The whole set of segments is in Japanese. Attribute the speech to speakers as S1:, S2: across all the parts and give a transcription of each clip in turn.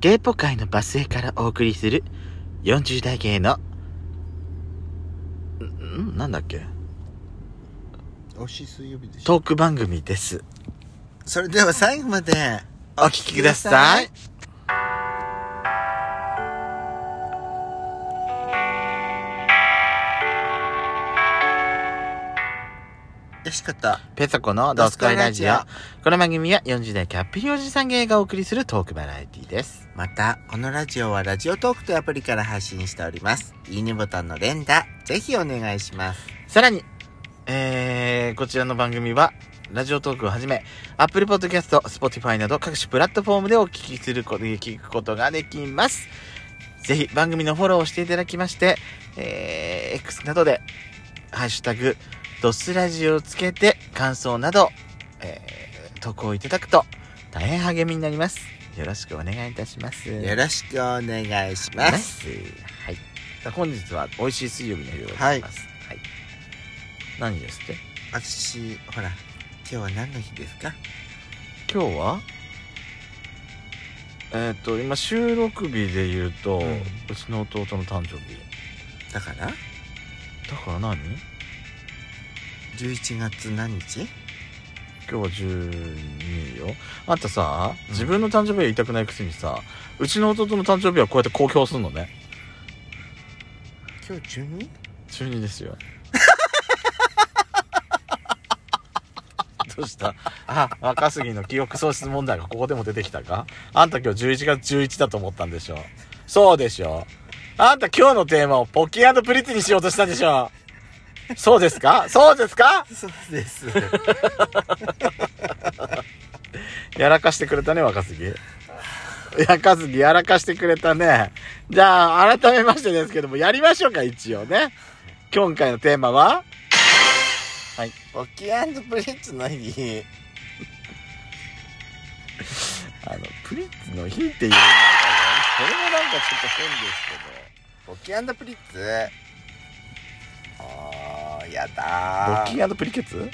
S1: ゲイポ界のバスへからお送りする40代芸の、んんなんだっけ
S2: 推し水曜日でしょ
S1: トーク番組です。
S2: それでは最後まで
S1: お聞きください。
S2: よしかった
S1: ペソコのドスコイラジオ。この番組は40代キャッピリおじさん芸がお送りするトークバラエティです。
S2: またこのラジオはラジオトークというアプリから配信しておりますいいねボタンの連打ぜひお願いします
S1: さらに、えー、こちらの番組は、ラジオトークをはじめ、Apple Podcast、Spotify など各種プラットフォームでお聞きすること、聞くことができます。ぜひ番組のフォローをしていただきまして、えー、X などで、ハッシュタグ、ドスラジオをつけて感想など、えー、投稿いただくと大変励みになります。よろしくお願いいたします。
S2: よろしくお願いしま
S1: ますす。はい。さあ本日は美味しい水曜日の夜でございます。はい。何ですって？
S2: 私ほら今日は何の日ですか
S1: 今日は？えーっ、と今収録日で言うと、う
S2: うん
S1: ちの弟の誕生日。
S2: だか
S1: だ
S2: ら
S1: から何？
S2: 11月何日
S1: 今日は十二よ。あんたさ、自分の誕生日は言いたくないくせにさ、うちの弟の誕生日はこうやって公表するのね。
S2: 今日中に
S1: 中二ですよ。どうしたあ、若杉の記憶喪失問題がここでも出てきたかあんた今日11月11だと思ったんでしょそうでしょあんた今日のテーマをポキプリッツにしようとしたでしょそうですかそうですか
S2: そう です
S1: やらかしてくれたね、若杉。 若杉やらかしてくれたね。じゃあ、改めましてですけども、やりましょうか、一応ね。今回のテーマは
S2: ポキプリッツの日
S1: あの、プリッツの日っていう、なんかねこれもなんかちょっと変です
S2: ポキプリッツあーやだー
S1: けど。ボッキープリケツ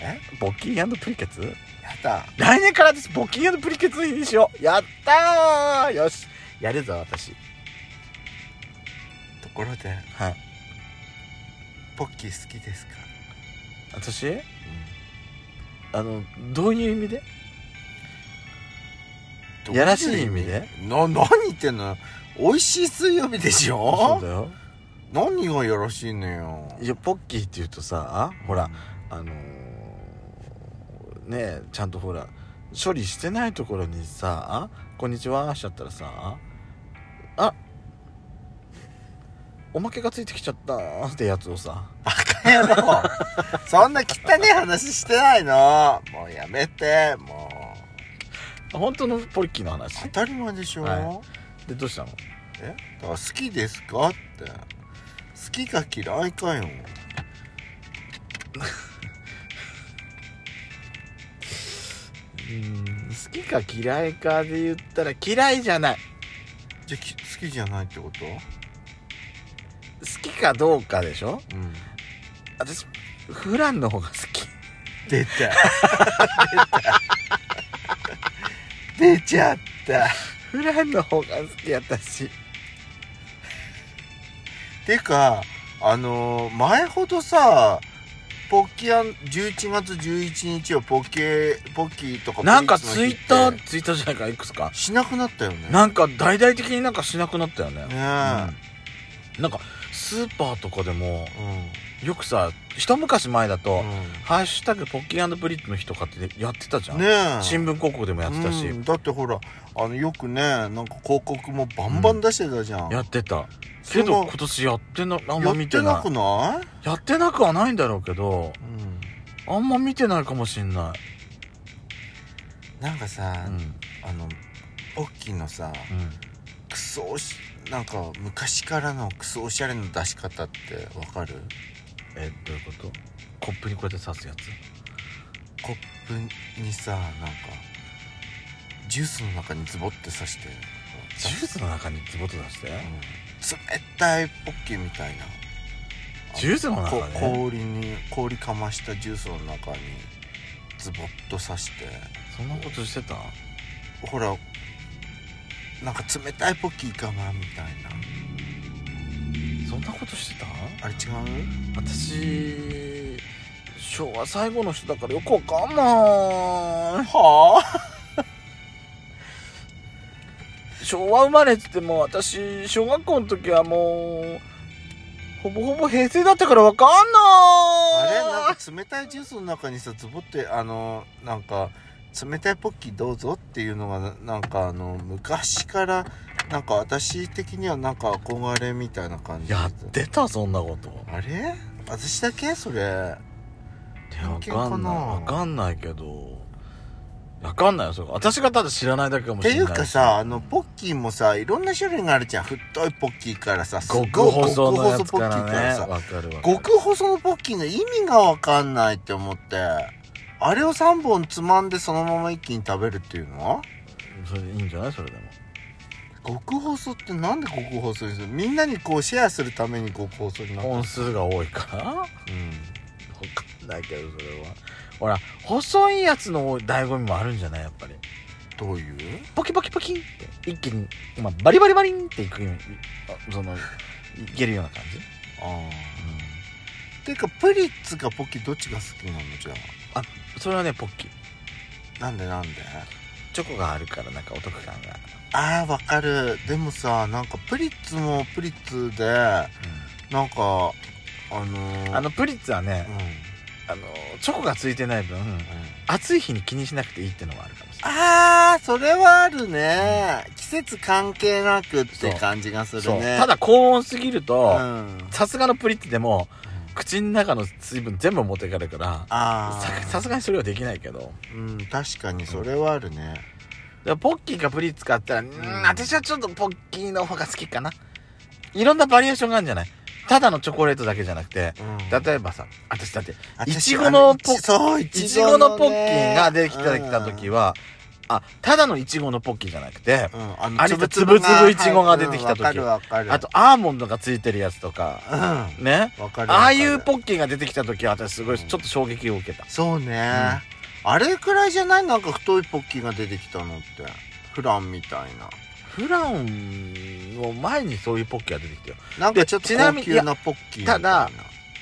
S2: え
S1: ボッキープリケツ
S2: やだ
S1: 来年から私、ボッキープリケツにしよう。やったーよし。やるぞ、私。
S2: ところで
S1: はい。
S2: ポッキー好きですか、
S1: 私あの、どういう意味で
S2: どうう
S1: やらしい意味で
S2: な何言ってんの美味しい水曜日でし
S1: そう
S2: ょ
S1: だよ。
S2: 何がよろしいのよ
S1: いや、ポッキーって言うとさ、ほら、あのー、ねえちゃんとほら処理してないところにさ「こんにちは」しちゃったらさ「あおまけがついてきちゃった」ってやつをさ
S2: やろう そんな汚ねえ話してないのもうやめてもう
S1: 本当のポリッキーの
S2: 当
S1: 話
S2: たり前でしょ、
S1: はでどうしたの
S2: えだから好きですかって好きか嫌いかよ
S1: 好きか嫌いかで言ったら嫌いじゃない
S2: じゃあき好きじゃないってこと
S1: 好きかどうかでしょ
S2: うん
S1: 私フランの方が好き
S2: 出た出た出ちゃった
S1: フランの方が好き私
S2: てかあのー前ほどさポッキアン11月11日をポケポッキーとか
S1: なんか
S2: ポリ
S1: ツ
S2: ッ
S1: イ
S2: ツの日って
S1: ッターツイッターじゃないか X か
S2: しなくなったよね
S1: なんか大々的になんかしなくなったよね
S2: ね
S1: うんなんかスーパーとかでも
S2: えうん、
S1: よくさ一昔前だと「
S2: う
S1: ハッシュタグポッキープリッツの日」とかってやってたじゃん、
S2: ん、ねえ
S1: 新聞広告でもやってたし、
S2: うんだってほらあのよくねなんか広告もバンバン出してたじゃん、
S1: やってた
S2: そ
S1: け
S2: の
S1: ど今年やってなあん
S2: や
S1: ま
S2: っ
S1: 見て
S2: てな
S1: な
S2: く
S1: い
S2: な
S1: やってなくはないんだろうけど
S2: い、うん、
S1: あんま見てないかもしんな
S2: なんかさ
S1: い、、うん
S2: あのポッキーのさ
S1: うん
S2: クソおしなんか昔からのクソおしゃれの出し方ってわかる
S1: えどういうことコップにこうやって刺すやつ
S2: コップにさなんかジュースの中にズボって刺して
S1: ジュースの中にズボッと出して
S2: うん冷たいポッキーみたいな
S1: ジュースの中
S2: こ
S1: で、
S2: 氷に氷かましたジュースの中にズボッと刺して
S1: そんなことしてた
S2: ほらなんか冷たいポッキーかなみたいな
S1: そんなことしてた
S2: あれ違う
S1: 私昭和最後の人だからよくわかんな
S2: はあ
S1: い 昭和生まれって言っても私小学校の時はもうほぼほぼ平成だったからわかん
S2: あ
S1: ない
S2: れなんか冷たいジュースの中にさズボってあのなんか冷たいポッキーどうぞっていうのがななんかあの昔からなんか私的にはなんか憧れみたいな感じ
S1: やってたそんなこと
S2: あれ私だけそれ
S1: いやわかんないわ
S2: 偏見かな
S1: かんないけどわかんないよそれ私がただ知らないだけかも
S2: っ
S1: してれないいう
S2: かさあのポッキーもさいろんな種類があるじゃん太いポッキーからさすごい
S1: 極細のや
S2: 極
S1: つ
S2: 細ポ
S1: か
S2: ッキーから
S1: らね
S2: さ
S1: わかるわかる
S2: 極細のポッキーの意味がわかんないって思ってあれを3本つまんでそのまま一気に食べるっていうのは
S1: それでいいんじゃないそれでも
S2: 極細ってなんで極細にするみんなにこうシェアするために極細になった
S1: 本数が多いから
S2: うん
S1: わかんないけどそれはほら細いやつの醍醐味もあるんじゃないやっぱり
S2: どういう
S1: ポキポキポキンって一気に、まあ、バリバリバリンっていくあそのいけるような感じ、
S2: ああていうかプリッツかポッキーどっちが好きなのじゃ
S1: それはねポッキー
S2: あなんでなんで
S1: チョコがあるからなんかお得感が、
S2: ああわかるでもさなんかプリッツもプリッツでなんかあのー、
S1: あのプリッツはね
S2: うん、うん、
S1: あのチョコがついてない分暑い日に気にしなくていいってのもあるかもしれない
S2: ああそれはあるね、季節関係なくって感じがする
S1: そう
S2: ね
S1: ただ高温すぎると
S2: うん
S1: さすがのプリッツでも口の中の水分全部持っていかれるから
S2: あ
S1: さ
S2: あ
S1: さすがにそれはできないけど
S2: うん確かにそれはあるね、
S1: でもポッキーかプリッツかって言ったら、うん、私はちょっとポッキーの方が好きかな。いろんなバリエーションがあるんじゃないただのチョコレートだけじゃなくて、
S2: うん
S1: 例えばさ、私だって、
S2: 私
S1: いちごのポ
S2: あいちそうい
S1: い
S2: ち
S1: ち
S2: ご
S1: ご
S2: の
S1: の
S2: ね
S1: ポッキーが出てきたきた時は、あ、ただのいちごのポッキーじゃなくて、
S2: うん、うん、
S1: あれだつぶつぶいちごが出てきた時
S2: わかるわかる
S1: あとアーモンドがついてるやつと
S2: うん
S1: か、
S2: わかる
S1: ね。
S2: わかる
S1: ああいうポッキーが出てきた時は私すごいちょっと衝撃を受けた。
S2: そうね、あれくらいじゃないなんか太いポッキーが出てきたのってフランみたいな
S1: フランの前にそういうポッキーが出てきたよ。
S2: なんかちょっと
S1: でちなみ
S2: 高
S1: に
S2: 級なポッキーみたい
S1: いや
S2: な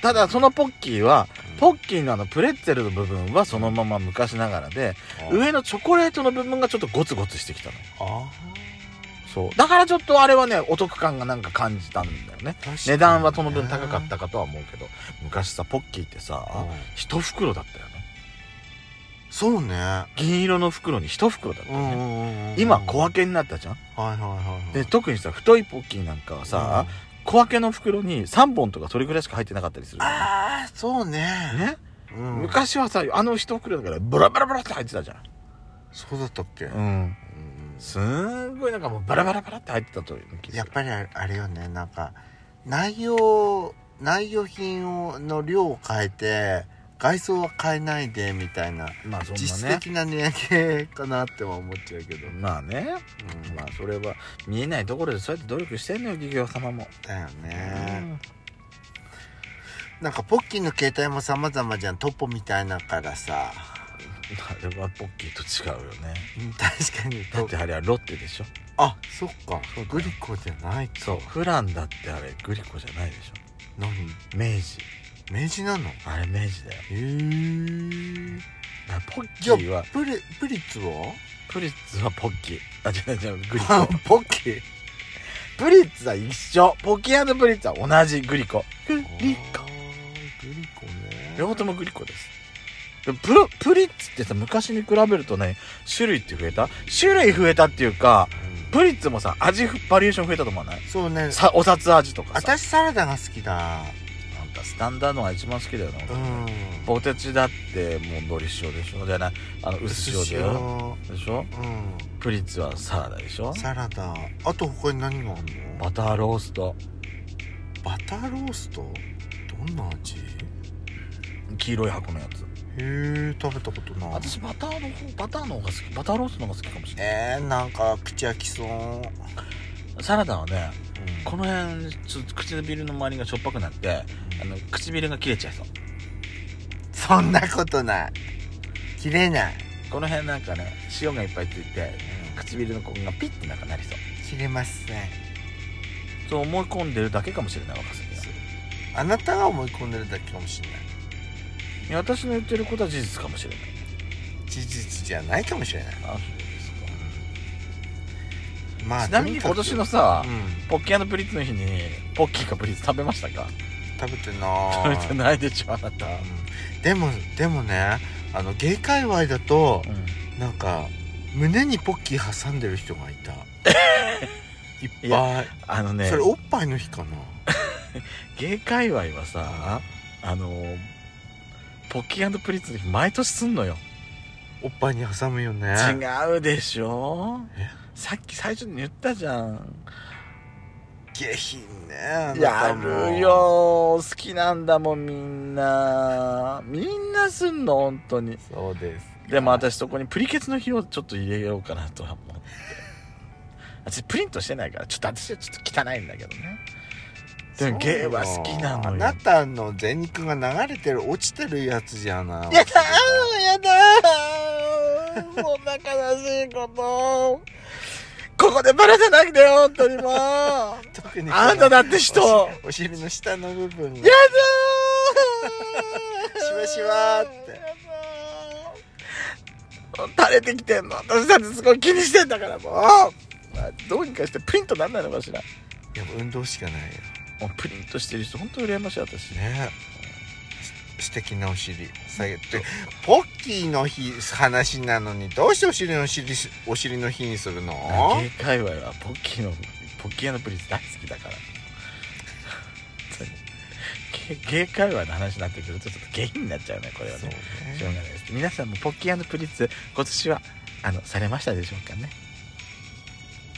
S1: たただそのポッキーは、ポ
S2: ッ
S1: ッキーのあのプレッツェルの部分はそのまま昔ながらで、上のチョコレートの部分がちょっとゴツゴツしてきたの
S2: あ
S1: そうだからちょっとあれはねお得感がなんか感じたんだよね
S2: ー
S1: 値段はその分高かったかとは思うけど昔さポッキーってさ
S2: うん
S1: 一袋だったよね
S2: そうね
S1: 銀色の袋に一袋だった
S2: う
S1: よ
S2: ん
S1: ね、
S2: うんうん
S1: 今小分けになったじゃん
S2: はいはいはいはい
S1: で特にさ太いポッキーなんかはさ、小分けの袋に3本とかそれぐらいしか入ってなかったりする
S2: うんああそうね
S1: ね、
S2: うん
S1: 昔はさあの一袋だからブラブラブラって入ってたじゃん
S2: そうだったっけ、
S1: うん
S2: うん
S1: すんごいなんかもうバラバラバラって入ってたという気が
S2: やっ
S1: する
S2: ぱりあれあれよねなんか内容内容品をの量を変えて外装は変えないでみたいな
S1: まあそん
S2: 実
S1: なね
S2: 質的な値上げかなっては思っちゃうけど、
S1: まあね
S2: うん
S1: まあそれは見えないところでそうやって努力してんのよ企業様も、
S2: だよ
S1: う
S2: ね、
S1: ん
S2: なんかポッキーの携帯も様々じゃんトポみたいなからさ
S1: あれはポッキーと違うよね
S2: うん確かに
S1: だっ
S2: ト
S1: てあれはロッテでしょ
S2: あそっか
S1: そうだよ
S2: グリコじゃない
S1: そうフランだってあれグリコじゃないでし
S2: 何
S1: ょ明治
S2: 明治なのへ
S1: あれ明治だよ
S2: え
S1: だからポッキ
S2: じゃ
S1: ー
S2: あ
S1: は
S2: プリプリッツは
S1: プリッツはポッキーあ違う違うグリ
S2: あ
S1: コ
S2: ポッキー
S1: プリッツは一緒ポッキープリッツは同じグリコグリコ
S2: グリコね
S1: 両方ともグリコですでプロプリッツってさ昔に比べるとね種類って増えた種類増えたっていうかプリッツもさ味バリエーション増えたと思わない
S2: そうね
S1: さお札味とかさ
S2: 私サラダが好きだ
S1: あんたスタンダードが一番好きだよな、
S2: うん
S1: ポテチだってもうのり塩でしょじゃないあの薄塩でよでしょ
S2: う
S1: プリッツはサラダでしょ
S2: んサラダあと他に何があるの
S1: バターロースト
S2: バターローストどんな味へ
S1: 黄色い箱のやつ
S2: え食べたことない
S1: 私バターの方バターの方が好きバターローストの方が好きかもしれない
S2: えー、なんか口開きそう、うん、
S1: サラダはねこの辺ちょっと唇の周りがしょっぱくなってあの唇が切れちゃいそう
S2: そんなことない切れない、
S1: この辺なんかね塩がいっぱいついて唇のここがピッてなんかなりそう
S2: 切れますね
S1: そう思い込んでるだけかもしれない若杉は
S2: あなたが思い込んでるだけかもしれない
S1: いや私の言ってることは事実かもしれない
S2: 事実じゃないかもしれない
S1: あそうですか
S2: まあ
S1: ちなみに
S2: と
S1: 今
S2: かく
S1: 年のさ、
S2: うん
S1: ポッキープリッツの日にポッキーかプリッツ食べましたか
S2: 食べてな
S1: 食べ
S2: ー
S1: てないでしょあなた、
S2: うんでもでもねあの芸界隈だとなんか胸にポッキー挟んでる人がい たいっ
S1: い
S2: ぱい
S1: あのね
S2: それおっぱいの日か な
S1: 芸界隈はさあのポッキープリッツの日毎年すんのよ
S2: おっぱいに挟むよね
S1: 違うでしょ
S2: え
S1: さっき最初に言ったじゃん
S2: 下品ねあな
S1: や
S2: たも
S1: るよ好きなんだもんみんなみんなすんの本当に
S2: そうです
S1: でも私そこにプリケツの日をちょっと入れようかなとは思って私プリントしてないからちょっと私はちょっと汚いんだけどねでも
S2: そうよ
S1: 芸は好きなのよ
S2: あなたの全肉が流れてる落ちてるやつじゃない
S1: やだーやだーそんな悲しいことここでバラさなくてよ本当 にもうあ
S2: 特にこの
S1: なただって人やだ
S2: お尻の下の部分が
S1: ー
S2: しわしわーって
S1: やだー垂れてきてんの私たちすごい気にしてんだからもうまあどうにかしてプリントなんないのかしら
S2: やっぱ運動しかないよ
S1: もうプリントしてる人本当に羨ましい私
S2: ねす素敵なお尻下げてポッキーの日話なのにどうしてお尻のお尻しお尻の日にするの
S1: 芸界隈はポッキーのポッキーのプリンス大好きだから芸芸界隈の話になってくるとちょっと下品になっちゃうねこれは
S2: そう
S1: ね
S2: ね
S1: しょうがないです皆さんもポッキープリッツ今年はあのされましたでしょうかね